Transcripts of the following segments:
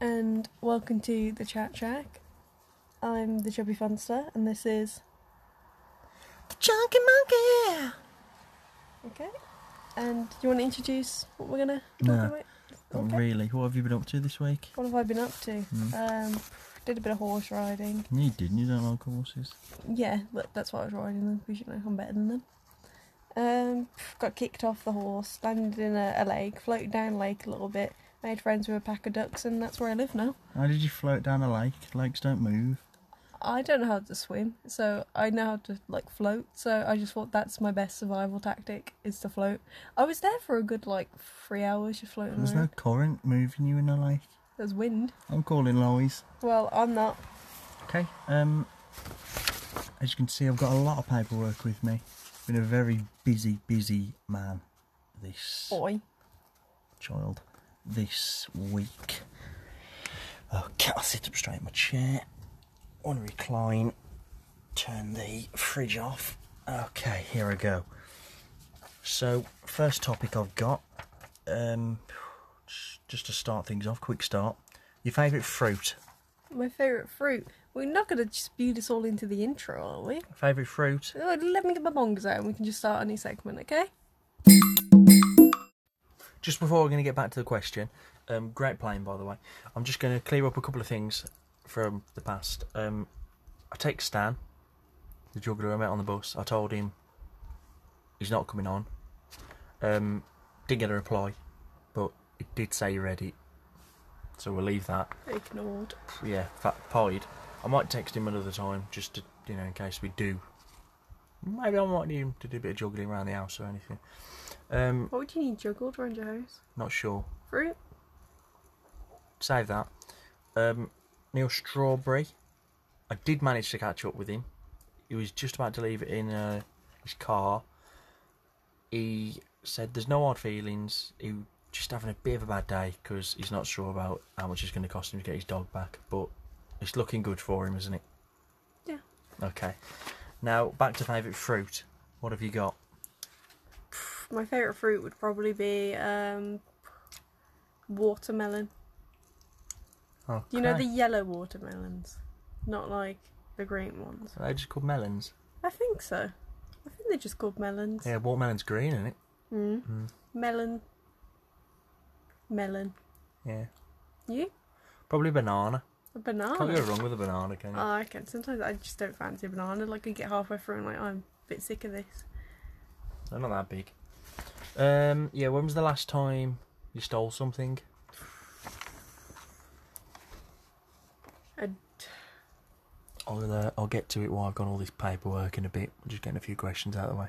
And welcome to the Chat Shack. I'm the Chubby Funster, and this is. The Chunky Monkey! Okay. And do you want to introduce what we're going to talk No. about? Not Okay. Oh, really. What have you been up to this week? Hmm. What have I been up to? Uh, Um, did a bit of horse riding. You didn't, you don't like horses. Yeah, that, that's what I was riding them. We should know I'm better than them. Um, got kicked off the horse, landed in a, a lake, floated down the lake a little bit, made friends with a pack of ducks, and that's where I live now. How did you float down a lake? Lakes don't move. I don't know how to swim, so I know how to like float. So I just thought that's my best survival tactic is to float. I was there for a good like three hours just floating There's no around. current moving you in a lake. There's wind. I'm calling Lois. Well, I'm not. Okay, um, as you can see, I've got a lot of paperwork with me. Been a very busy, busy man this Boy, child this week. Okay, I'll sit up straight in my chair. One recline. Turn the fridge off. Okay, here I go. So, first topic I've got, um, just to start things off, quick start. Your favourite fruit? my favourite fruit. We're not going to spew this all into the intro, are we? Favourite fruit? Oh, Let me get my bongs out and we can just start a new segment, okay? just before we're going to get back to the question, um, great playing by the way. I'm just going to clear up a couple of things from the past. Um, I take Stan, the juggler I met on the bus. I told him he's not coming on. Um, didn't get a reply, but it did say he read it, so we'll leave that. Ignored. Yeah, fat pied. I might text him another time just to, you know, in case we do. Maybe I might need him to do a bit of juggling around the house or anything. Um, What would you need juggled around your house? not sure. Fruit? save that. Um, Neil Strawberry, I did manage to catch up with him. He was just about to leave it in uh, his car. He said there's no hard feelings. He was just having a bit of a bad day because he's not sure about how much it's going to cost him to get his dog back. But it's looking good for him, isn't it? Yeah. Okay. Now back to favourite fruit. What have you got? My favourite fruit would probably be um, watermelon. Okay. You know the yellow watermelons, not like the green ones. Are they just called melons? I think so. I think they're just called melons. Yeah, watermelon's green, isn't it? Mm. Melon. Melon. Yeah. You? Probably banana. A Can't go banana. wrong with a banana, can you? Oh, I can. Sometimes I just don't fancy a banana. Like I get halfway through and like I'm a bit sick of this. They're not that big. Um, yeah, when was the last time you stole something? I I'll, uh, I'll get to it while I've got all this paperwork in a bit. I'm just getting a few questions out of the way.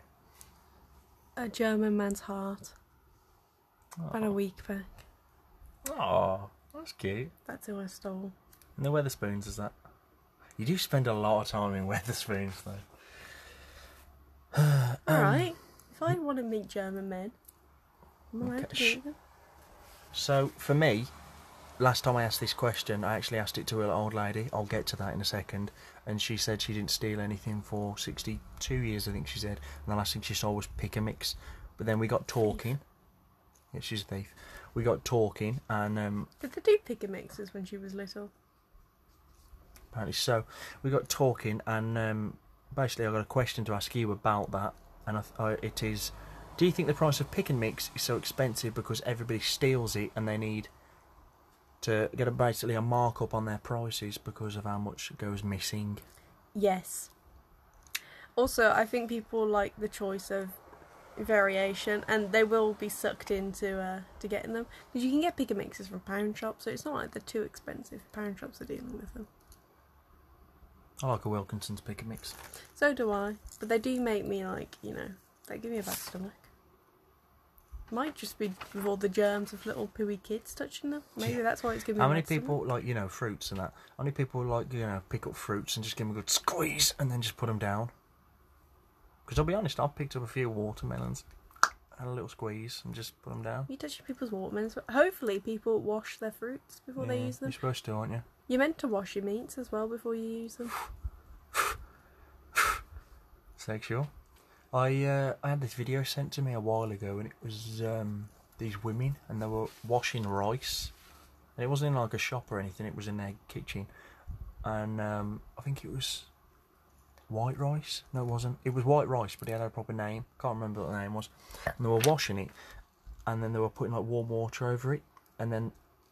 A German man's heart. And a week pack. Oh, that's cute. That's who I stole. And the Weatherspoons is that? You do spend a lot of time in Weatherspoons, though. Uh, um, Alright. If I want to meet German men, am I allowed Okay, to sh- meet them? So for me, last time I asked this question, I actually asked it to an old lady. I'll get to that in a second. And she said she didn't steal anything for 62 years, I think she said. And the last thing she saw was pick a mix. But then we got talking. Yeah, she's a thief. We got talking, and um, Did they do pick and mixes when she was little? apparently so. We got talking, and um, basically I got a question to ask you about that, and I, th- I, it is: Do you think the price of pick and mix is so expensive because everybody steals it and they need to get a, basically a markup on their prices because of how much goes missing? Yes. Also, I think people like the choice of variation, and they will be sucked into uh, to getting them because you can get pick and mixes from pound shops, so it's not like they're too expensive. Pound shops are dealing with them. I like a Wilkinson's pick and mix. So do I, but they do make me like you know they give me a bad stomach. Might just be with all the germs of little pooey kids touching them. Maybe Yeah. that's why it's giving me. How a many bad stomach. people like you know fruits and that? How many people like you know pick up fruits and just give them a good squeeze and then just put them down? Because I'll be honest, I've picked up a few watermelons, had a little squeeze and just put them down. You touching people's watermelons. but Hopefully, people wash their fruits before they Yeah, use You're them. supposed to, aren't you? You're meant to wash your meats as well before you use them. Sexual. I uh, I had this video sent to me a while ago, and it was um, these women and they were washing rice. And it wasn't in like a shop or anything, it was in their kitchen. And um, I think it was white rice. No, it wasn't. It was white rice, but it had a proper name. Can't remember what the name was. And they were washing it and then they were putting like warm water over it. And then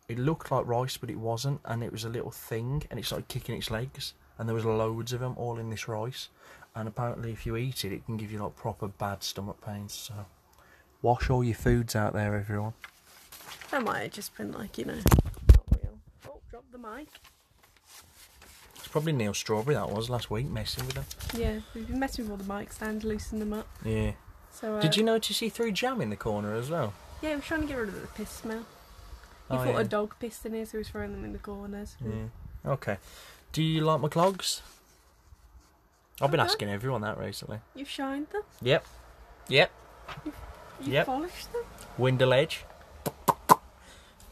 it looked like rice, but it wasn't. And it was a little thing and it started kicking its legs. And there was loads of them all in this rice. And apparently, if you eat it, it can give you like proper bad stomach pains. So, wash all your foods out there, everyone. That might have just been like, you know, not real. Oh, drop the mic. It's probably Neil Strawberry that was last week messing with them. Yeah, we've been messing with all the mic stand, loosen them up. Yeah. So uh, Did you notice he threw jam in the corner as well? Yeah, we're trying to get rid of the piss smell. He Oh, thought yeah. a dog pissed in here, so he was throwing them in the corners. Yeah. Okay. Do you like my clogs? I've been Okay. asking everyone that recently. You've shined them. Yep. Yep. You've Yep. polished them. Window ledge.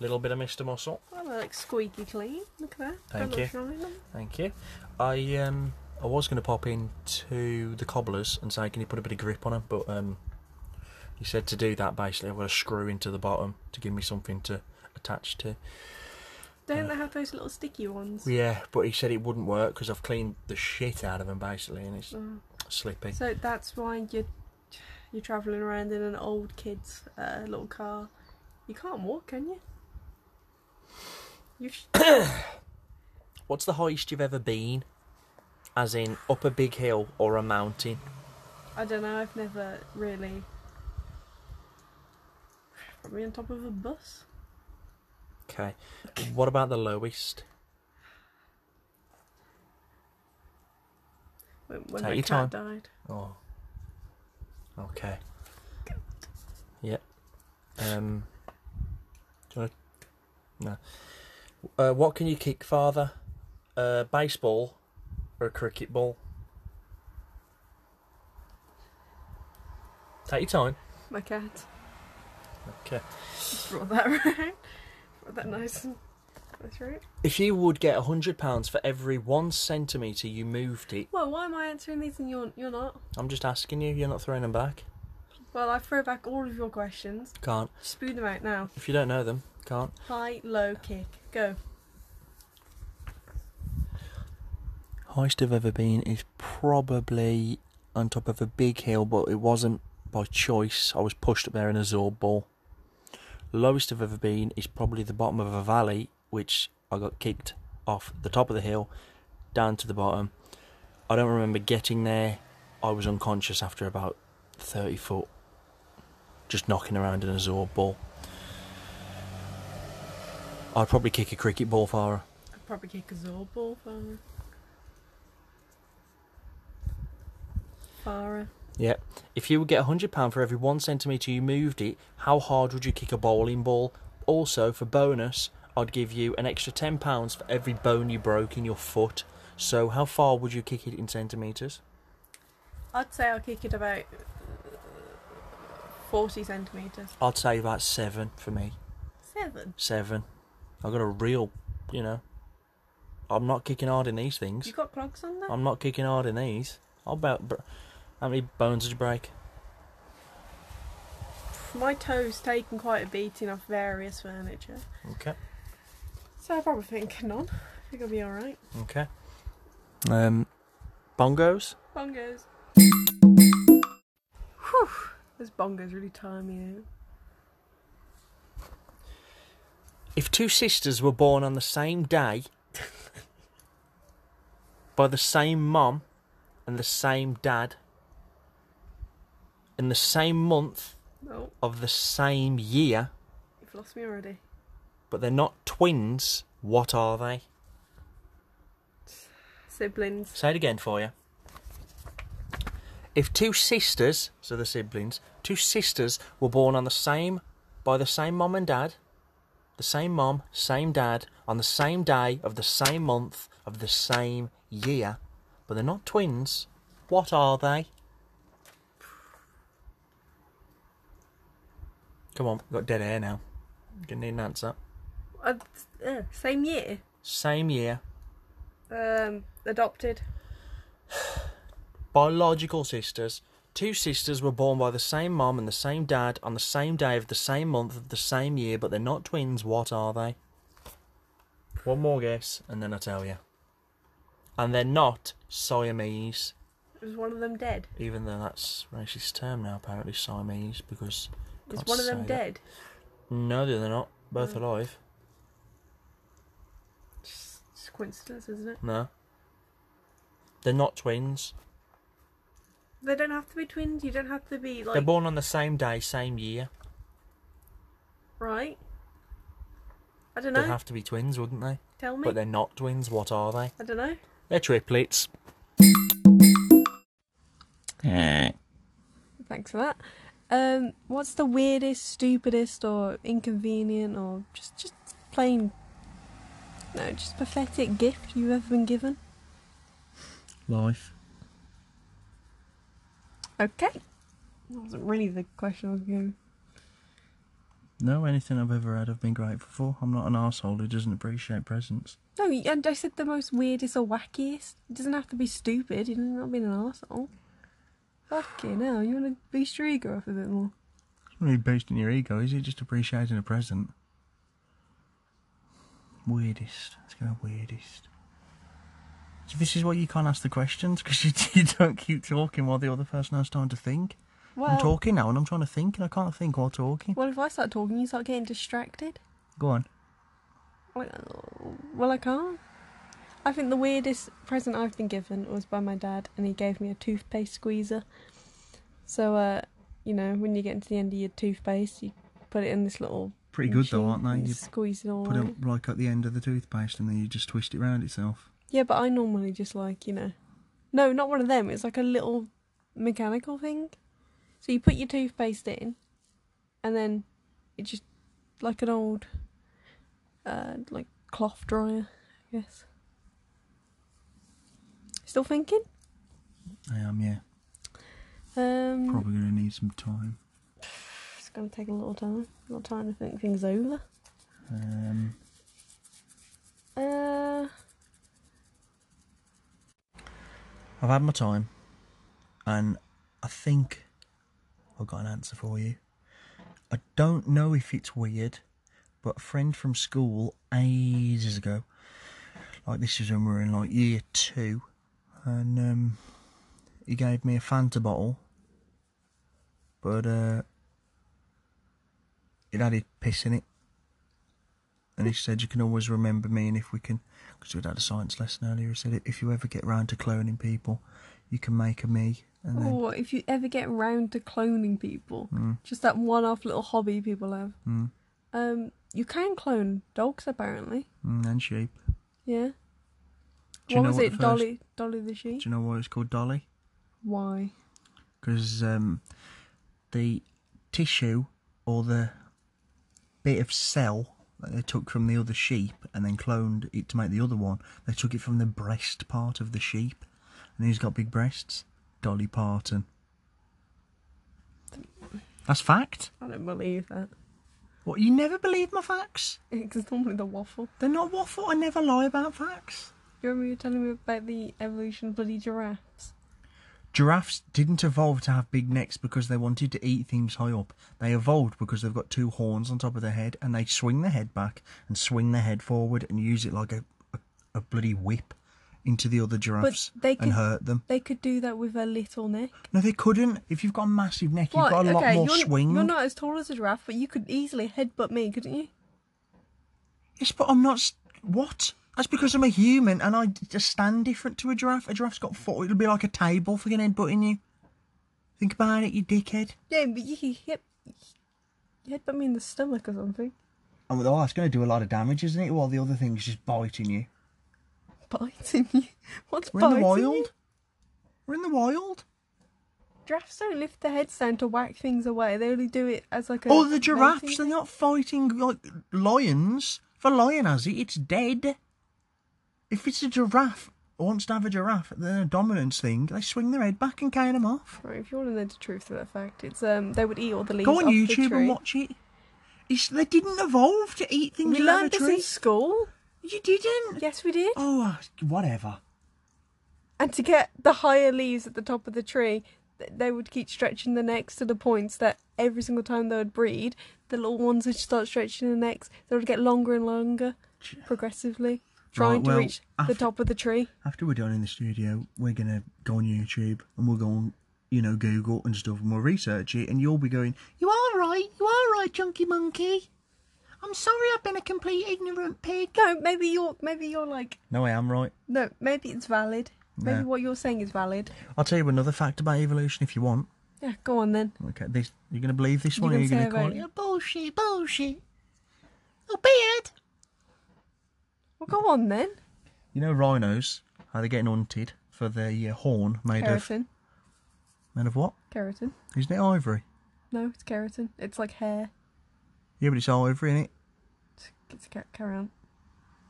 Little bit of Mr. Muscle. Oh, they're like squeaky clean. Look at that. Thank Don't you. look wrong in them. Thank you. I um I was going to pop in to the cobblers and say, can you put a bit of grip on them? But um, he said to do that basically, I've got a screw into the bottom to give me something to attach to. Uh, Don't they have those little sticky ones? Yeah, but he said it wouldn't work because I've cleaned the shit out of them basically, and it's Mm. slippy. So that's why you're you're travelling around in an old kid's uh, little car. You can't walk, can you? You sh- What's the highest you've ever been? As in up a big hill or a mountain? I don't know. I've never really probably on top of a bus. Okay. What about the lowest? When, when Take my your cat died. Oh. Okay. Yep. Um. Do you want to? No. Uh, what can you kick farther? A baseball or a cricket ball? Take your time. My cat. Okay. Just brought that around. Brought that nice and that's right. If you would get a hundred pounds for every one centimetre you moved it, Well, why am I answering these and you're you're not? I'm just asking you. You're not throwing them back. Well, I throw back all of your questions. Can't. Spoon them out now. If you don't know them, can't. High, low, kick. Go. Highest I've ever been is probably on top of a big hill, but it wasn't by choice. I was pushed up there in a Zorb ball. Lowest I've ever been is probably the bottom of a valley, which I got kicked off the top of the hill down to the bottom. I don't remember getting there. I was unconscious after about 30 foot, just knocking around in a Zorb ball. I'd probably kick a cricket ball for her. I'd probably kick a Zorb ball, Farah. Farah. Yeah. If you would get £100 for every one centimetre you moved it, how hard would you kick a bowling ball? Also, for bonus, I'd give you an extra £10 for every bone you broke in your foot. So, how far would you kick it in centimetres? I'd say I'll kick it about uh, 40 centimetres. I'd say about seven for me. Seven? Seven. I've got a real, you know. I'm not kicking hard in these You things. got clogs on there? I'm not kicking hard in these. I'll about. Br- how many bones did you break? My toe's taken quite a beating off various furniture. Okay. So I probably think none. I think I'll be alright. Okay. Um, bongos? Bongos. Whew. Those bongos really tire me out. If two sisters were born on the same day by the same mum and the same dad in the same month Oh, of the same year, you've lost me already. but they're not twins, what are they? Siblings. Say it again for you. If two sisters, so the siblings, two sisters were born on the same, by the same mum and dad, the same mum, same dad, on the same day of the same month of the same year, but they're not twins, what are they? Come on, got dead air now. Gonna need an answer. Uh, uh, same year. Same year, Um, adopted. biological sisters, Two sisters were born by the same mom and the same dad on the same day of the same month of the same year, but they're not twins. What are they? One more guess, and then I tell you. And they're not Siamese, Is one of them dead? even though that's a racist term now, apparently Siamese, because Is can't one of say them that. dead? No, they're not. Both Mm. alive. Just, just coincidence, isn't it? No. They're not twins. They don't have to be twins. You don't have to be like They're born on the same day, same year. right. I don't know. They'd have to be twins, wouldn't they? Tell me. But they're not twins. What are they? I don't know. They're triplets. Eh. Thanks for that. Um, what's the weirdest, stupidest, or inconvenient, or just just plain, no, just pathetic gift you've ever been given? Life. Okay. That wasn't really the question I was going. No, anything I've ever had, I've been grateful for. I'm not an asshole who doesn't appreciate presents. No, y- and I said the most weirdest or wackiest. It doesn't have to be stupid. You know, not being an arsehole. Fucking hell, you want to boost your ego up a bit more? It's not really based on your ego, is it? Just appreciating a present. Weirdest. Let's go weirdest. So this is why you can't ask the questions because you, you don't keep talking while the other person has time to think. Well, I'm talking now and I'm trying to think and I can't think while talking. well, if I start talking, you start getting distracted. Go on. Like, oh, Well, I can't. I think the weirdest present I've been given was by my dad, and he gave me a toothpaste squeezer. So, uh, you know, when you get to the end of your toothpaste, you put it in this little. Pretty good though, machine aren't and they? You You squeeze it all. put out. it like at the end of the toothpaste and then you just twist it round itself. Yeah, but I normally just like, you know. No, not one of them. It's like a little mechanical thing. So you put your toothpaste in, and then it just like an old, uh, like cloth dryer, I guess. Still thinking? I am, yeah. Um, Probably going to need some time. It's gonna take a little time, a little time to think things over. Um, Uh, I've had my time, and I think I've got an answer for you. I don't know if it's weird, but a friend from school ages ago, like this is when we were in like year two, and um, he gave me a Fanta bottle, but uh, it had his piss in it. And he said, "You can always remember me, and if we can, because we'd had a science lesson earlier, he said, if you ever get round to cloning people, you can make a me." And then, or oh, if you ever get round to cloning people, just that one-off little hobby people have. Mm. Um, you can clone dogs apparently. Mm, and sheep. Yeah. Do you what know was it, what the first- Dolly? Dolly the sheep. Do you know why it's called Dolly? Why? Because um, the tissue or the bit of cell that they took from the other sheep and then cloned it to make the other one, they took it from the breast part of the sheep. And who's got big breasts? Dolly Parton. That's fact. I don't believe that. What, you never believe my facts? It's normally the waffle. They're not waffle. I never lie about facts. You remember you were telling me about the evolution of bloody giraffes? Giraffes didn't evolve to have big necks because they wanted to eat things high up. They evolved because they've got two horns on top of their head and they swing their head back and swing their head forward and use it like a, a, a bloody whip into the other giraffes they could- and hurt them. They could do that with a little neck. No, they couldn't. If you've got a massive neck, you've got a lot more you're, swing. you're not as tall as a giraffe, but you could easily headbutt me, couldn't you? Yes, but I'm not. s- What? That's because I'm a human and I d- just stand different to a giraffe. A giraffe's got four. It'll be like a table for fucking headbutting you. Think about it, you dickhead. Yeah, but you could hit, headbutt me in the stomach or something. And with all that's going to do a lot of damage, isn't it? While the other thing's just biting you. Biting you. What's We're in biting the you? wild. We're in the wild. Giraffes don't lift their heads down to whack things away. They only do it as like a. Oh, the mating giraffes, they're thing. not fighting like lions. If a lion has it, it's dead. If it's a giraffe, wants to have a giraffe, then a dominance thing, they swing their head back and carry them off. Right, if you want to know the truth of that fact, it's um they would eat all the leaves Go on off the YouTube tree. and watch it. It's, they didn't evolve to eat things We out of learned a this tree. in school. You didn't. Yes, we did. Oh, uh, whatever. And to get the higher leaves at the top of the tree, th- they would keep stretching their necks to the points that every single time they would breed, the little ones would start stretching their necks. They would get longer and longer, progressively, trying well, to reach the after- top of the tree. After we're done in the studio, we're gonna go on YouTube and we'll go on, you know, Google and stuff, and we'll research it, and you'll be going, "You are right, you are right, Chunky Monkey. I'm sorry, I've been a complete ignorant pig." No, maybe you're maybe you're like No, I am right. no, maybe it's valid. Maybe Yeah. what you're saying is valid. I'll tell you another fact about evolution if you want. Yeah, go on then. Okay, this you're gonna believe this You one, or can you're say gonna about call it. it bullshit, bullshit. A beard. Well, go on then, You know rhinos? How they're getting hunted for their uh, horn made of keratin. made of what? Keratin. Isn't it ivory? No, it's keratin. It's like hair. Yeah, but it's ivory, is it? It's, it's ca- carry on.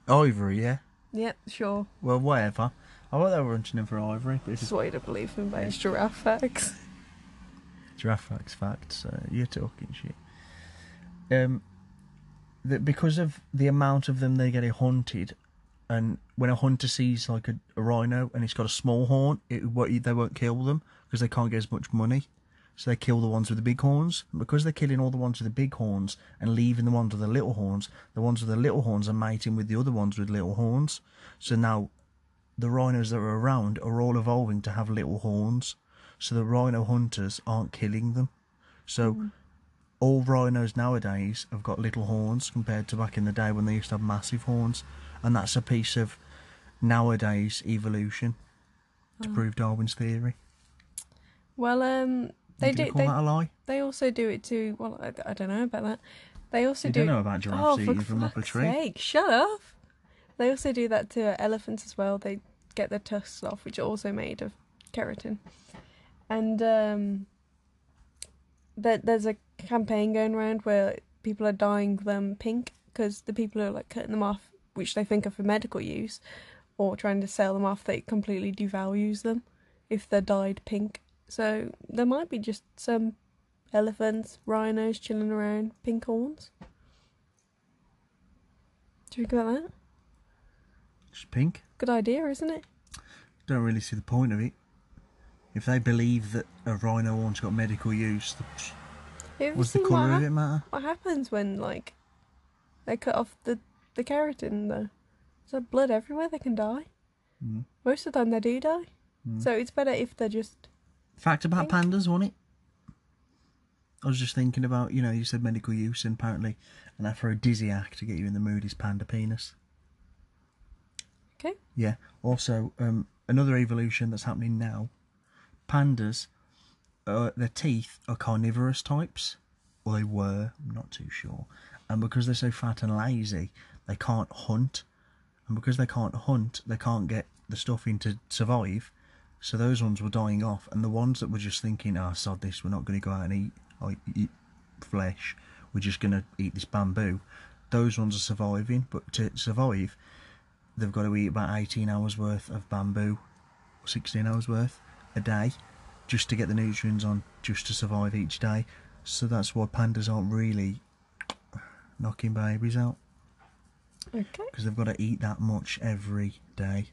Ivory, yeah. Yep, sure. Well, whatever. I thought they were hunting him for ivory, but it's Just wanted to believe in those giraffe facts. giraffe facts. Facts. Uh, you're talking shit. Um, that because of the amount of them they get hunted, and when a hunter sees like a, a rhino and it's got a small horn, it what they won't kill them because they can't get as much money. So they kill the ones with the big horns. And because they're killing all the ones with the big horns and leaving the ones with the little horns, the ones with the little horns are mating with the other ones with little horns. So now the rhinos that are around are all evolving to have little horns, so the rhino hunters aren't killing them. So Hmm. all rhinos nowadays have got little horns compared to back in the day when they used to have massive horns, and that's a piece of nowadays evolution to Hmm. prove Darwin's theory. Well, um, they Did you do. call They, that a lie? they also do it to. Well, I, I don't know about that. They also You do. don't it- know about giraffes oh, for eating from up a fuck's tree. Sake, shut up! They also do that to uh, elephants as well. They get their tusks off, which are also made of keratin. And um, there, there's a campaign going around where people are dyeing them pink because the people who are like cutting them off, which they think are for medical use, or trying to sell them off, they completely devalues them if they're dyed pink. So there might be just some elephants, rhinos chilling around, pink horns. Do you think about that? Just pink. Good idea, isn't it? Don't really see the point of it. If they believe that a rhino horn's got medical use, the, Have you what's the seen what, colour of hap- it matter? what happens when like they cut off the the keratin though? There's like blood everywhere. They can die. Mm. Most of the time they do die. So it's better if they're just Fact about Pink. pandas, wasn't it? I was just thinking about, you know, you said medical use, and apparently an aphrodisiac to get you in the mood is panda penis. okay. Yeah. Also, um, another evolution that's happening now pandas, uh, their teeth are carnivorous types. Or they were, I'm not too sure. And because they're so fat and lazy, they can't hunt. And because they can't hunt, they can't get the stuff in to survive. So those ones were dying off. And the ones that were just thinking, ah, sod this, we're not going to go out and eat, like, eat flesh, we're just going to eat this bamboo. Those ones are surviving, but to survive, they've got to eat about 18 hours worth of bamboo, 16 hours worth a day, just to get the nutrients on, just to survive each day. So that's why pandas aren't really knocking babies out Okay. because they've got to eat that much every day.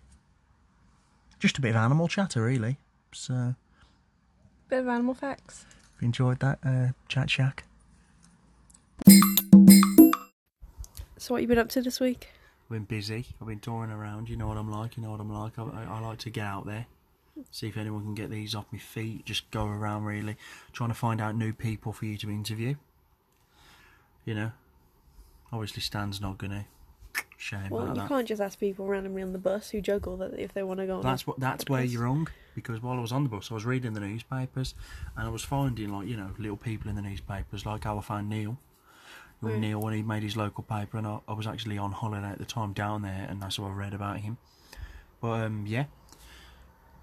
Just a bit of animal chatter, really. So, Bit of animal facts. if you enjoyed that uh, chat shack, So what you been up to this week? I've been busy. I've been touring around. You know what I'm like. You know what I'm like. I, I, I like to get out there, see if anyone can get these off my feet. Just go around, really, trying to find out new people for you to interview. You know, obviously Stan's not gonna. Shame Well, about you that. can't just ask people randomly on the bus who juggle that if they want to go. On That's a what. That's where podcast. you're wrong. Because while I was on the bus, I was reading the newspapers, and I was finding like you know little people in the newspapers, like how I found Neil. Little Mm. Neil when he made his local paper, and I, I was actually on holiday at the time down there, and that's what I read about him. But um, yeah,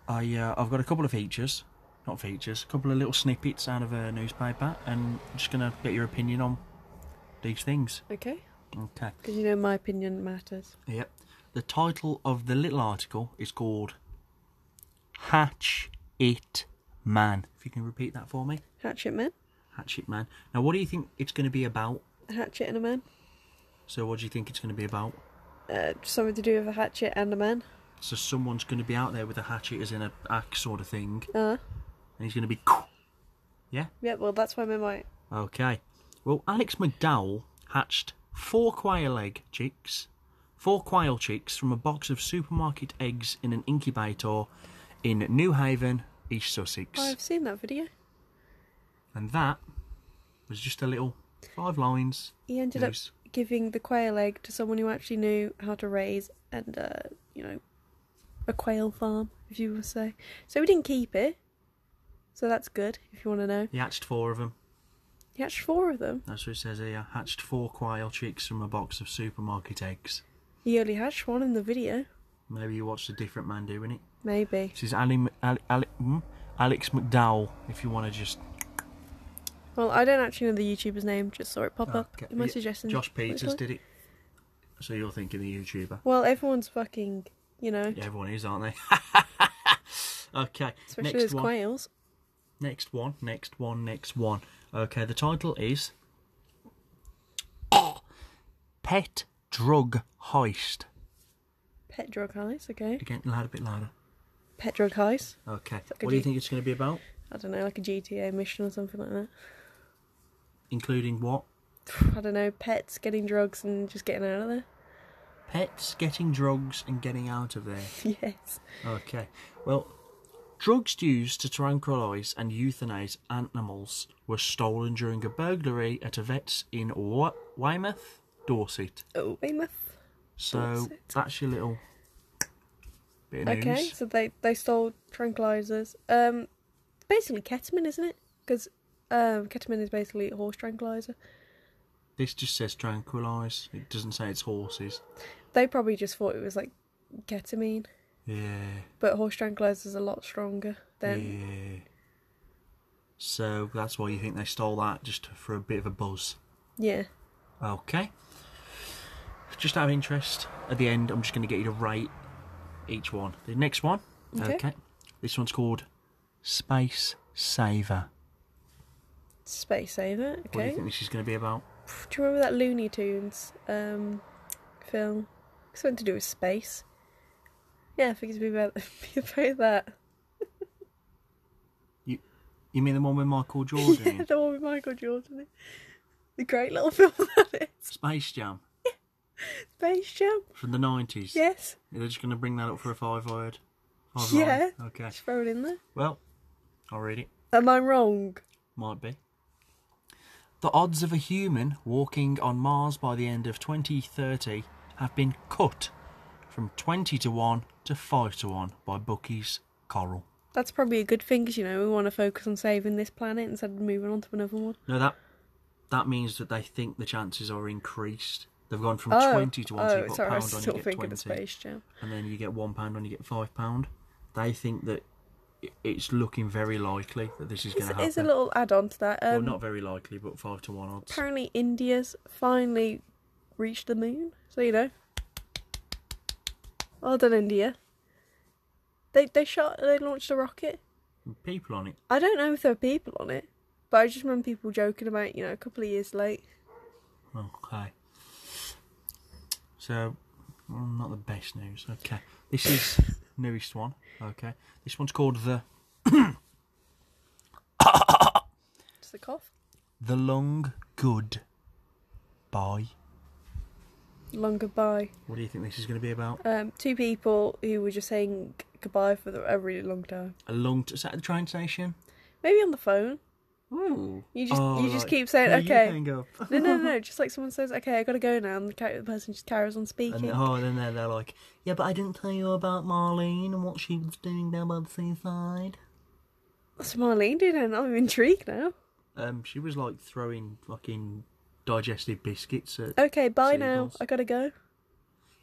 I uh, I've got a couple of features, not features, a couple of little snippets out of a newspaper, and I'm just gonna get your opinion on these things. Okay, Okay. because you know my opinion matters. Yep. The title of the little article is called Hatch It Man. If you can repeat that for me. Hatchet man, Hatch It Man. Now, what do you think it's going to be about? hatchet and a man. So, what do you think it's going to be about? Uh, something to do with a hatchet and a man. So, someone's going to be out there with a hatchet, as in a axe sort of thing, Uh, and he's going to be. Yeah, well, that's why my mic. Okay. Well, Alex McDowell hatched four quail egg chicks, four quail chicks from a box of supermarket eggs in an incubator in New Haven, East Sussex. Oh, I've seen that video. And that was just a little five lines. He ended Nice. up giving the quail egg to someone who actually knew how to raise and, uh, you know, a quail farm, if you will say. So we didn't keep it. So that's good, if you want to know. He hatched four of them. He hatched four of them. That's what it says here. Hatched four quail chicks from a box of supermarket eggs. He only hatched one in the video. Maybe you watched a different man doing it. Maybe. This is Ali, M- Ali, Ali, mm, Alex McDowell, if you want to just. Well, I don't actually know the YouTuber's name, just saw it pop up Ah, Okay. in my Yeah, suggestions. uh, Josh Which Peters one? did it. So you're thinking the YouTuber. Well, everyone's fucking, you know, Yeah, everyone is, aren't they? okay. especially next those one. quails. Next one. Next one. Next one. Okay, the title is Pet Drug Heist. Pet drug heist, okay. Again, loud a bit louder. Pet drug heist. Okay. like a What do you G- think it's going to be about? I don't know, like a GTA mission or something like that. Including what? I don't know, pets getting drugs and just getting out of there. Pets getting drugs and getting out of there. Yes. Okay. Well, drugs used to tranquilise and euthanise animals were stolen during a burglary at a vet's in Wa- Weymouth, Dorset. Oh, Weymouth. So Dorset. that's your little bit of Okay, news. so they they stole tranquilizers. Um, basically ketamine, isn't it? Because um, ketamine is basically a horse tranquilizer. This just says tranquilise. It doesn't say it's horses. They probably just thought it was like ketamine, Yeah. but horse tranquilizers are a lot stronger than. Yeah. So that's why you think they stole that just for a bit of a buzz. Yeah. Okay. Just out of interest, at the end, I'm just going to get you to rate each one. The next one. Okay. This one's called Space Saver. Space saver. What do Okay. you think this is going to be about? Pff, Do you remember that Looney Tunes um, film? Something to do with space. Yeah, I think it's be about be about that. You mean the one with Michael Jordan? Yeah, in? the one with Michael Jordan. in. The great little film that is. Space Jam Space Jam. from the 90s. Yes. They're just going to bring that up for a five word. Five Yeah. line. Okay. Just throw it in there. Well, I'll read it. Am I wrong? Might be. The odds of a human walking on Mars by the end of 2030 have been cut from 20 to 1 to 5 to 1 by Bucky's Coral. That's probably a good thing because, you know, we want to focus on saving this planet instead of moving on to another one. No, that that means that they think the chances are increased. They've gone from 20 to 1, so oh, you've got sorry, I pound was on, still you get thinking 20. of Space Jam. And then you get £1 pound on, you get £5. pound. They think that i- it's looking very likely that this is going It's, to happen. it's a little add on to that. Um, well, not very likely, but 5 to 1 odds. Apparently, India's finally reached the moon. So, you know. Well done, India. They, they shot, they launched a rocket. People on it. I don't know if there were people on it, but I just remember people joking about, you know, a couple of years late. Okay. So, well, not the best news. Okay. This is newest one. Okay. This one's called the Just a cough. the lung good bye. Long goodbye. What do you think this is going to be about? Um, two people who were just saying goodbye for the, a really long time. A lung t- is that at the train station? Maybe on the phone. Ooh. Uh, You just Oh, you just keep saying "Hey, you okay. hang up." No, no, no, no. Just like someone says okay, I gotta go now, and the, ca- the person just carries on And then, speaking. oh, and then they're, they're like, yeah, but I didn't tell you about Marlene and what she was doing down by the seaside. What's Marlene doing? And I'm intrigued now. Um, she was like throwing fucking digestive biscuits at Okay, bye now. Seagulls. I gotta go.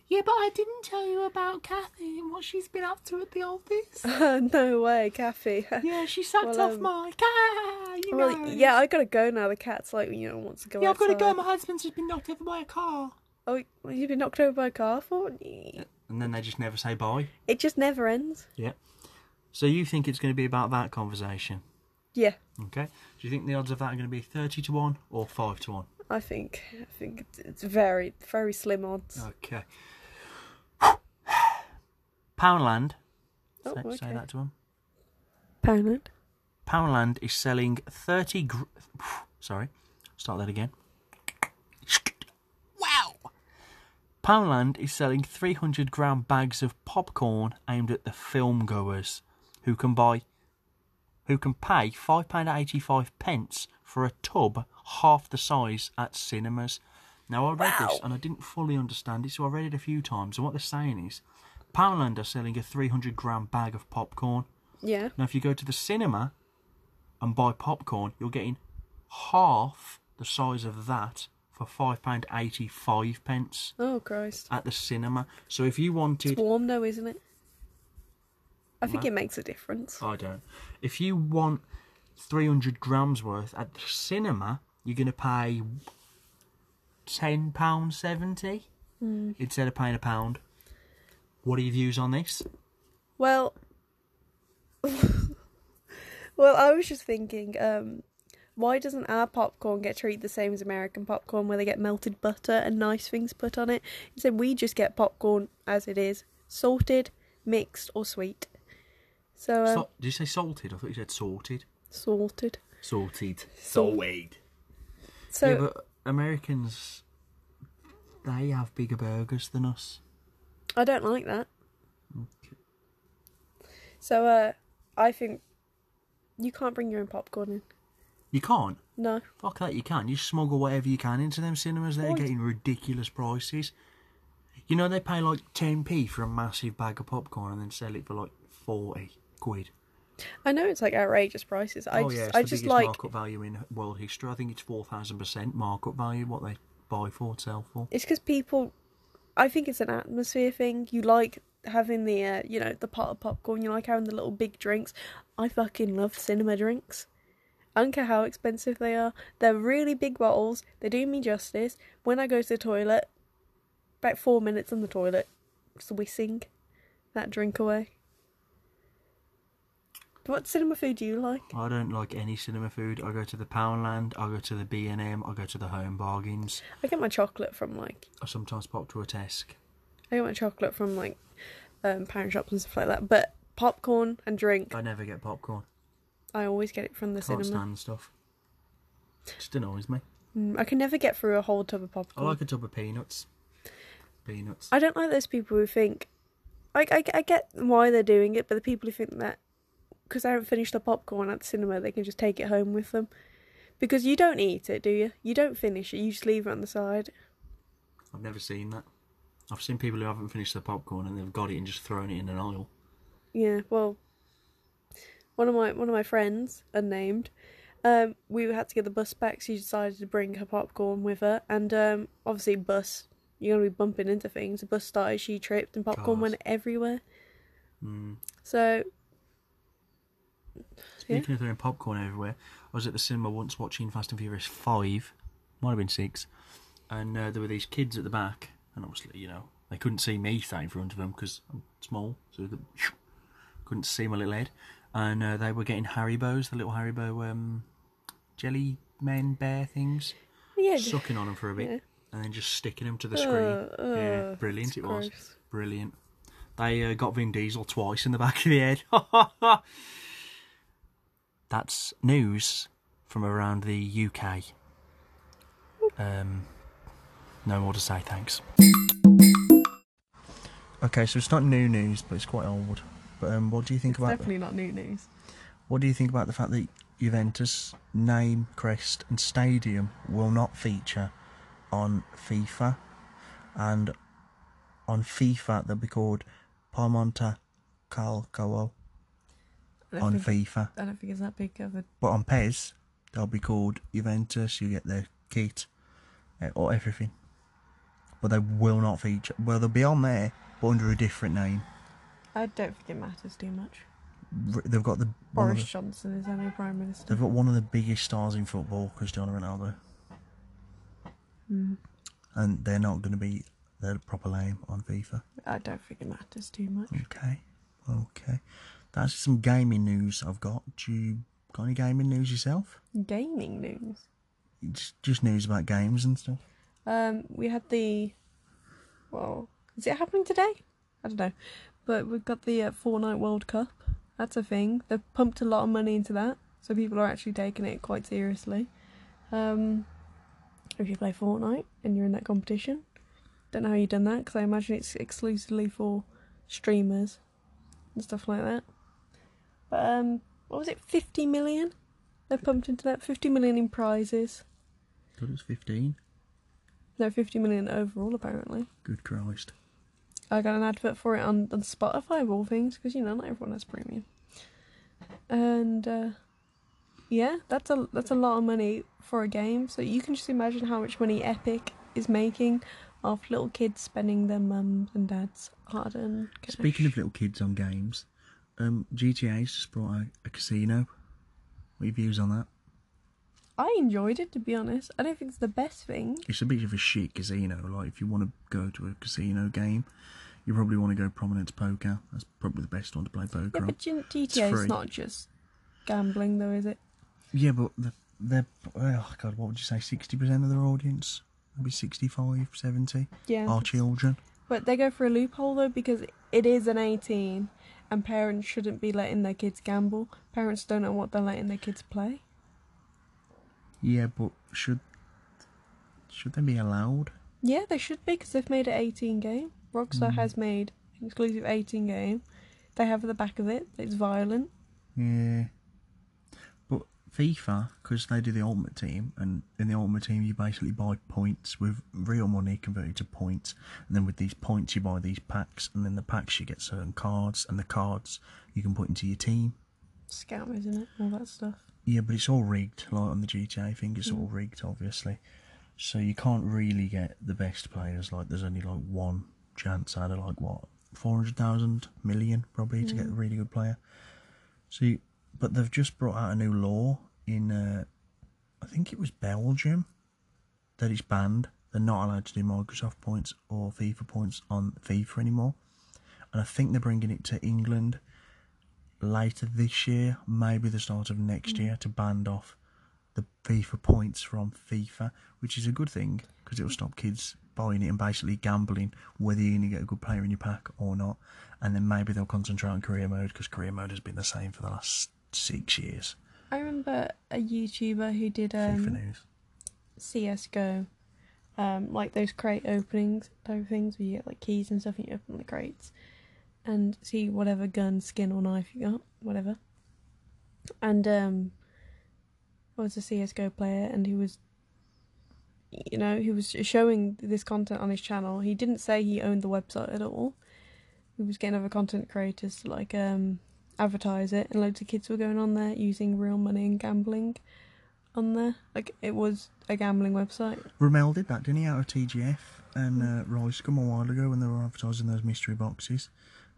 Yeah, but I didn't tell you about Kathy and what she's been up to at the office. no way, Kathy. Yeah, she sucked Well, off um, my car. You Well, know. yeah, I gotta go now. The cat's like you know wants to go. Yeah, I've got to go. outside. My husband's just been knocked over by a car. Oh, well, you've been knocked over by a car for? And then they just never say bye. It just never ends. Yeah. So you think it's going to be about that conversation? Yeah, Okay. Do you think the odds of that are going to be thirty to one or five to one? I think I think it's- it's very very slim odds. Okay. Poundland. Oh, say, say okay. Oh, that to him. Poundland. Poundland is selling 30 gr- sorry start that again wow Poundland is selling 300 gram bags of popcorn aimed at the film goers who can buy who can pay £5.85 pence for a tub half the size at cinemas. Now, I read this Wow. and I didn't fully understand it, so I read it a few times. And what they're saying is Poundland are selling a 300 gram bag of popcorn. Yeah. Now, if you go to the cinema and buy popcorn, you're getting half the size of that for £5.85 pence Oh Christ. at the cinema. So if you It's wanted. warm though, isn't it? I think it makes a difference. I don't. If you want 300 grams worth at the cinema, you're going to pay £10.70 instead of paying a pound. What are your views on this? Well, well, I was just thinking, um, why doesn't our popcorn get treated the same as American popcorn, where they get melted butter and nice things put on it? Instead, we just get popcorn as it is, salted, mixed, or sweet. So um, Sal- Did you say salted? I thought you said sorted. salted. Sorted. Salt. So yeah, but Americans, they have bigger burgers than us. I don't like that. So uh, I think you can't bring your own popcorn in. You can't. No. Fuck that, you can. You smuggle whatever you can into them cinemas. They're Right. getting ridiculous prices. You know, they pay like 10p for a massive bag of popcorn and then sell it for like 40 quid. I know it's like outrageous prices. I oh, just, yeah, it's I the just biggest like markup value in world history. I think it's 4,000% markup value, what they buy for, sell for. It's because people. I think it's an atmosphere thing. You like having the, uh, you know, the pot of popcorn. You like having the little big drinks. I fucking love cinema drinks. I don't care how expensive they are. They're really big bottles. They do me justice. When I go to the toilet, about four minutes on the toilet, just whissing that drink away. What cinema food do you like? I don't like any cinema food. I go to the Poundland, I go to the B&M, I go to the Home Bargains. I get my chocolate from like I sometimes pop to a Tesco. I get my chocolate from like um, parent shops and stuff like that. But popcorn and drink, I never get popcorn. I always get it from the Can't cinema. stand stuff. Just annoys me. Mm, I can never get through a whole tub of I popcorn. like a tub of peanuts. Peanuts. I don't like those people who think. I, I, I get why they're doing it, but the people who think that because they haven't finished the popcorn at the cinema, they can just take it home with them. Because you don't eat it, do you? You don't finish it. You just leave it on the side. I've never seen that. I've seen people who haven't finished their popcorn and they've got it and just thrown it in an aisle. Yeah, well, one of my one of my friends, unnamed, um, we had to get the bus back. She decided to bring her popcorn with her, and um, obviously, bus you're gonna be bumping into things. The bus started, she tripped, and popcorn Cars. went everywhere. Mm. So Speaking of throwing popcorn everywhere, I was at the cinema once watching Fast and Furious 5, might have been 6, and uh, there were these kids at the back, and obviously, you know, they couldn't see me standing in front of them because I'm small, so they couldn't see my little head. And uh, they were getting Haribo's, the little Haribo um, jelly men bear things. yeah, sucking on them for a bit Yeah. Uh, and then just sticking them to the screen. yeah, ugh, brilliant it's it was. gross. Brilliant. They uh, got Vin Diesel twice in the back of the head. That's news from around the UK. Um, no more to say, thanks. Okay, so it's not new news, but it's quite old. But um, what do you think about the- not new news. what do you think about the fact that Juventus name, crest, and stadium will not feature on FIFA, and on FIFA they'll be called Parmonte Calcolo on FIFA, I don't think it's that big of a. but on PES they'll be called Juventus. You get their kit eh, or everything, but they will not feature. Well, they'll be on there, but under a different name. I don't think it matters too much. r- they've got the, one of the Johnson is our new prime minister. they've got one of the biggest stars in football, Cristiano Ronaldo, Mm, and they're not going to be their proper name on FIFA. I don't think it matters too much. Okay, okay, that's some gaming news I've got. Do you got any gaming news yourself? Gaming news. It's just news about games and stuff. Um, we had the, well, is it happening today? I don't know, but we've got the uh, Fortnite World Cup. That's a thing. They've pumped a lot of money into that. So people are actually taking it quite seriously. Um, if you play Fortnite and you're in that competition, don't know how you've done that because I imagine it's exclusively for streamers and stuff like that. But um, what was it? Fifty million? They've pumped into that. Fifty million in prizes. Thought it was 15. No, fifty million overall apparently. Good Christ. I got an advert for it on, on Spotify of all things because you know not everyone has premium. And uh, yeah, that's a that's a lot of money for a game. So you can just imagine how much money Epic is making off little kids spending their mums and dads hard-earned cash. Speaking of little kids on games, um, GTA's just brought out a casino. What are your views on that? I enjoyed it to be honest. I don't think it's the best thing. It's a bit of a shit casino. Like, if you want to go to a casino game, you probably want to go Prominence Poker. That's probably the best one to play poker Yeah, on. but you- GTA free. is not just gambling though, is it? Yeah, but the, they're, oh God, what would you say, 60% of their audience? Maybe 65, 70 Yeah. are children. But they go for a loophole though because it is an 18 and parents shouldn't be letting their kids gamble. Parents don't know what they're letting their kids play. Yeah, but should should they be allowed? Yeah, they should be because they've made an 18 game. Rockstar has made an exclusive 18 game. They have at the back of it that it's violent. Yeah. But FIFA, because they do the Ultimate Team, and in the Ultimate Team you basically buy points with real money converted to points, and then with these points you buy these packs, and then the packs you get certain cards, and the cards you can put into your team. Scam, isn't it? All that stuff. Yeah, but it's all rigged. Like on the GTA thing, it's all rigged, obviously. So you can't really get the best players. Like there's only like one chance out of like what four hundred thousand million probably to get a really good player. So, you, but they've just brought out a new law in, uh, I think it was Belgium, that it's banned. They're not allowed to do Microsoft points or FIFA points on FIFA anymore. And I think they're bringing it to England later this year, maybe the start of next year, to band off the FIFA points from FIFA, which is a good thing because it'll stop kids buying it and basically gambling whether you're going to get a good player in your pack or not. And then maybe they'll concentrate on career mode because career mode has been the same for the last six years. I remember a YouTuber who did FIFA um, news. CSGO, um, like those crate openings type things where you get like keys and stuff and you open the crates and see whatever gun, skin or knife you got, whatever. And um I was a CSGO player and he was you know, he was showing this content on his channel. He didn't say he owned the website at all. He was getting other content creators to like um advertise it and loads of kids were going on there using real money and gambling on there. Like it was a gambling website. Ramel did that, didn't he, out of TGF and uh, Rice come a while ago when they were advertising those mystery boxes.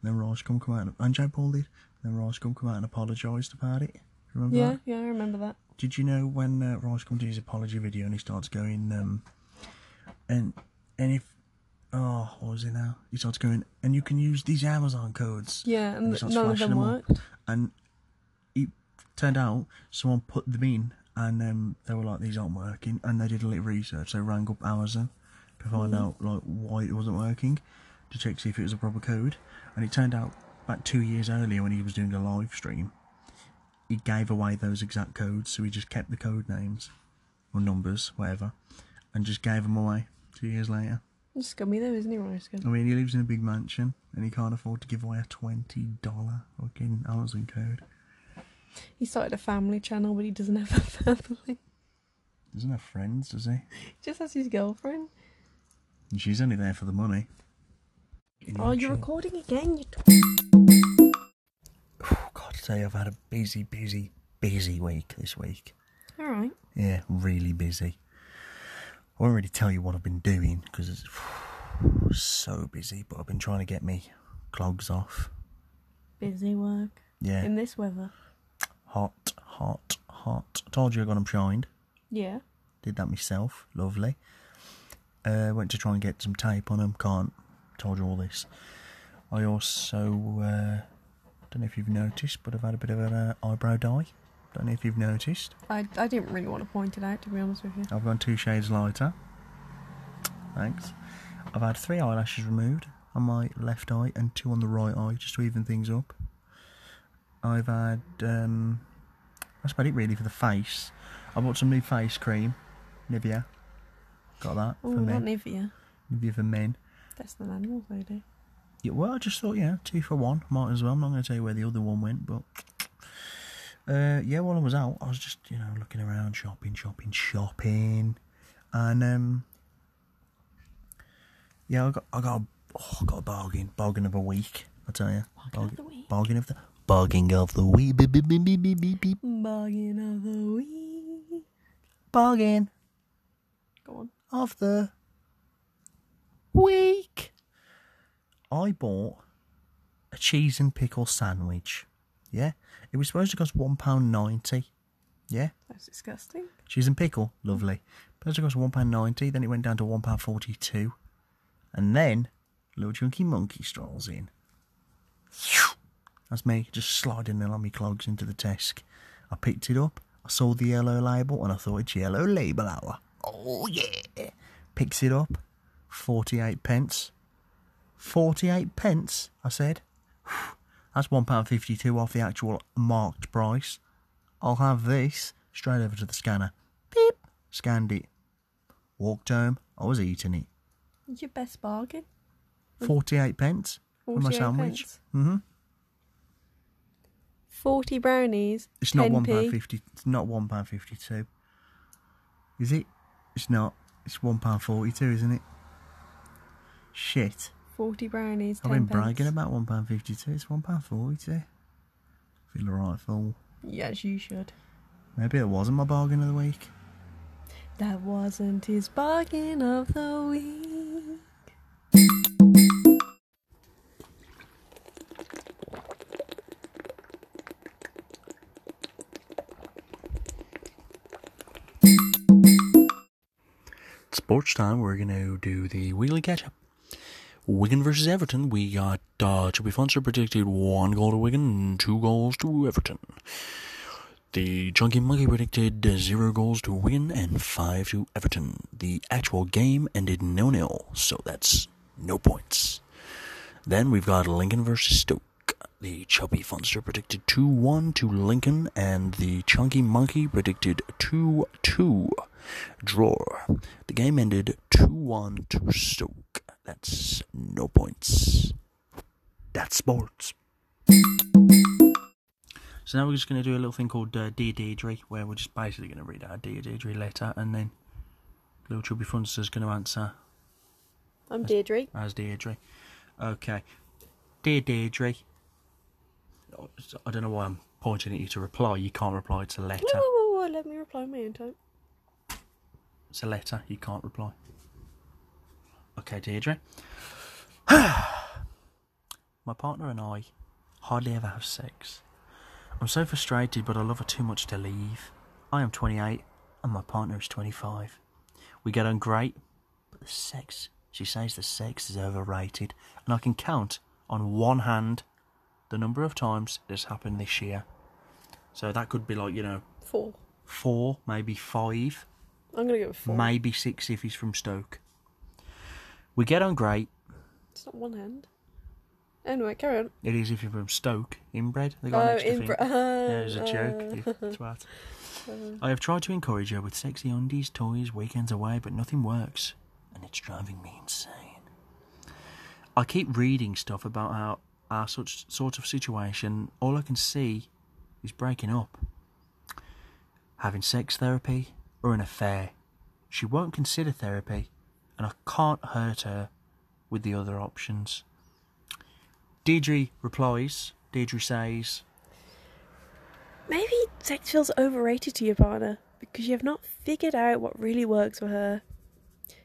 And then Rice come come out and, and Jay Paul did. And then Rice come come out and apologised about it. Remember Yeah, that? yeah, I remember that. Did you know when uh, Rice comes to his apology video and he starts going, um, and and if oh what was it now? He starts going, and you can use these Amazon codes. Yeah, and he th- starts none of flashing them all. worked. And it turned out someone put them in, and um, they were like, these aren't working. And they did a little research. They rang up Amazon to find out like why it wasn't working, to check to see if it was a proper code. And it turned out about two years earlier when he was doing a live stream, he gave away those exact codes, so he just kept the code names or numbers, whatever, and just gave them away two years later. It's scummy though, isn't it, Rice I mean, he lives in a big mansion and he can't afford to give away a $20 fucking Amazon code. He started a family channel, but he doesn't have a family. Doesn't have friends, does he? He just has his girlfriend. And she's only there for the money. Oh, you're recording again? You Oh, God, today I've had a busy, busy, busy week this week. All right. Yeah, really busy. I won't really tell you what I've been doing because it's so busy, but I've been trying to get me clogs off. Busy work. Yeah. In this weather. Hot, hot, hot. Told you I got them shined. Yeah. Did that myself. Lovely. Uh, went to try and get some tape on them. Can't. Told you all this. I also uh, don't know if you've noticed, but I've had a bit of an uh, eyebrow dye. Don't know if you've noticed. I, I didn't really want to point it out, to be honest with you. I've gone two shades lighter. Thanks. I've had three eyelashes removed on my left eye and two on the right eye, just to even things up. I've had um, That's about it really for the face. I bought some new face cream, Nivea. Got that Oh, for not men. Nivea. Nivea for men. That's than animals, I do. Yeah, well, I just thought, yeah, two for one, might as well. I'm not going to tell you where the other one went, but uh, yeah, while I was out, I was just you know looking around, shopping, shopping, shopping, and um, yeah, I got I got a, oh, I got a bargain, bargain of a week. I tell you, Bargain of the week. bargain of the bargain of the week, beep, beep, beep, beep, beep, beep, beep. Bargain of the week. bargain Go on. of the week. I bought a cheese and pickle sandwich. Yeah, it was supposed to cost one pound ninety. Yeah, That's disgusting. cheese and pickle, lovely. Supposed it cost one pound ninety. Then it went down to one pound forty-two, and then little chunky monkey strolls in. That's me, just sliding along my clogs into the desk. I picked it up. I saw the yellow label, and I thought it's yellow label hour. Oh yeah! Picks it up. Forty-eight pence. Forty-eight pence. I said. That's one pound fifty-two off the actual marked price. I'll have this straight over to the scanner. Beep. Scanned it. Walked home. I was eating it. Your best bargain. Forty-eight pence for my 48 sandwich. pence. Mm-hmm. Forty brownies. It's not 10p. one pound fifty. It's not one pound fifty-two. Is it? It's not. It's one pound forty-two, isn't it? Shit! Forty brownies. I've been 10 pence. bragging about one pound fifty-two. It's one pound forty-two. Feel alright, fool. Yes, you should. Maybe it wasn't my bargain of the week. That wasn't his bargain of the week. Sports time, we're going to do the weekly catch up. Wigan versus Everton, we got uh, Chubby Funster predicted one goal to Wigan, two goals to Everton. The Chunky Monkey predicted zero goals to Wigan and five to Everton. The actual game ended no nil, so that's no points. Then we've got Lincoln versus Stoke. The Chubby Funster predicted 2 1 to Lincoln, and the Chunky Monkey predicted 2 2 draw. The game ended 2 1 to Stoke. That's no points. That's sports. So now we're just going to do a little thing called uh, Dear Deirdre, where we're just basically going to read out Dear Deirdre letter, and then Little Chubby Funster's going to answer I'm Deirdre. as Deirdre. Okay. Dear Deirdre. Oh, I don't know why I'm pointing at you to reply. You can't reply. It's a letter. Whoa, whoa, whoa, whoa, let me reply in my own time. It's a letter. You can't reply. Okay, Deirdre. My partner and I hardly ever have sex. I'm so frustrated, but I love her too much to leave. I am 28 and my partner is 25. We get on great, but the sex, she says the sex is overrated, and I can count on one hand the number of times it's happened this year. So that could be like, you know, Four. four, maybe five I'm gonna go with four. maybe six if he's from Stoke. We get on great. It's not one hand. Anyway, carry on. It is if you're from Stoke, inbred. They got Oh, an extra inbred. thing. Yeah, it's a Uh, joke. you twat. I have tried to encourage her with sexy undies, toys, weekends away, but nothing works, and it's driving me insane. I keep reading stuff about our our such sort of situation. All I can see is breaking up, having sex therapy, or an affair. She won't consider therapy, and I can't hurt her with the other options. Deirdre replies. Deirdre says, uh, Maybe sex feels overrated to your partner because you have not figured out what really works for her.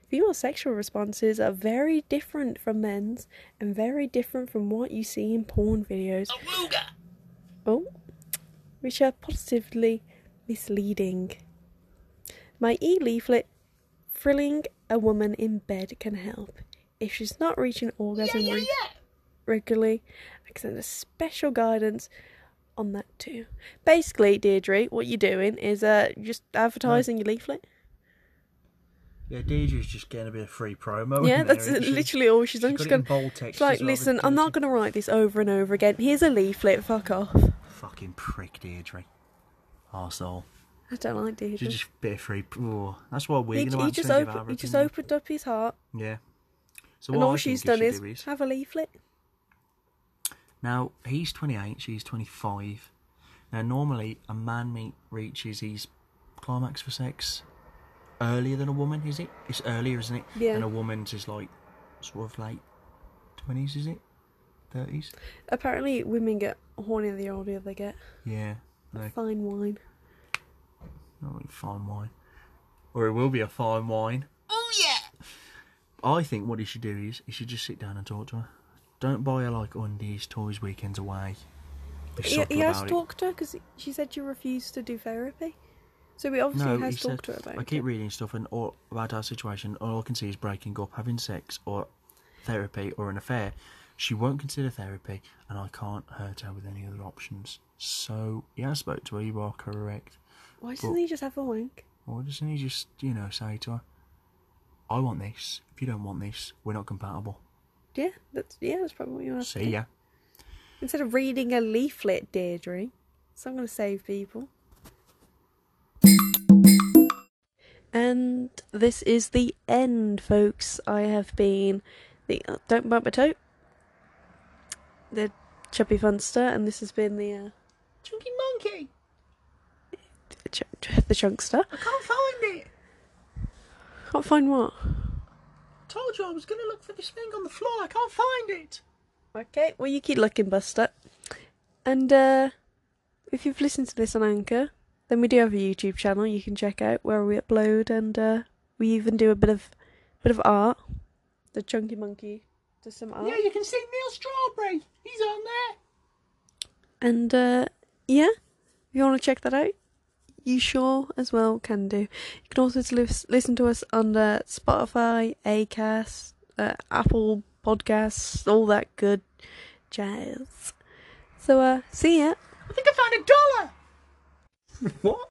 Female sexual responses are very different from men's and very different from what you see in porn videos. Oh, which are positively misleading. My e leaflet, Thrilling a Woman in Bed Can Help. If she's not reaching orgasm re- regularly, I can send a special guidance on that too. Basically, Deirdre, what you're doing is uh, just advertising your leaflet. Yeah, Deirdre's just getting a bit of free promo. yeah, in there, that's isn't she? literally all she's She's done. got She's it gone- in bold text. It's like, as well, listen, the I'm not going to write this over and over again. Here's a leaflet. Fuck off. dirty- Fucking prick, Deirdre. Arsehole. I don't like She's Deirdre. just bit of free. Ooh, that's what we're He, going to he have to just think opened, about. he just everything. opened up his heart, Yeah. So and what all I she's think done he is should do is have a leaflet. Now he's 28, she's 25. Now normally a man meet reaches his climax for sex earlier than a woman, is it? It's earlier, isn't it? Yeah. And a woman's is like sort of late 20s, is it? 30s. Apparently, women get hornier the older they get. Yeah. Like, Fine wine. not really fine wine, or it will be a fine wine. Oh yeah. I think what he should do is he should just sit down and talk to her. Don't buy her like undies, toys, weekends away. Be He, subtle he has about it. talked to her because she said she refused to do therapy. So he obviously has he said- talked to her about I it. keep reading stuff and all about our situation. All I can see is breaking up, having sex, or therapy, or an affair. She won't consider therapy, and I can't hurt her with any other options. So yeah, I spoke to her. You are correct. Why doesn't he just have a wank? Why doesn't he just, you know, say to her, "I want this. If you don't want this, we're not compatible." Yeah, that's yeah, that's probably what you want. See ya. Instead of reading a leaflet, Deirdre, so I'm going to save people. And this is the end, folks. I have been the uh, don't bump my toe, the chubby funster, and this has been the uh, Chunky monkey, the, ch- the chunkster. I can't find it. Can't find what. Told you I was gonna look for this thing on the floor. I can't find it. Okay, well you keep looking, Buster. And uh, if you've listened to this on Anchor, then we do have a YouTube channel you can check out where we upload and uh, we even do a bit of bit of art. The chunky monkey does some art. you can see Neil Strawberry. He's on there. And uh, yeah, if you want to check that out, you sure as well can do. You can also just lis- listen to us on uh, Spotify, Acast, uh, Apple Podcasts, all that good jazz. So uh, see ya. I think I found a dollar. what?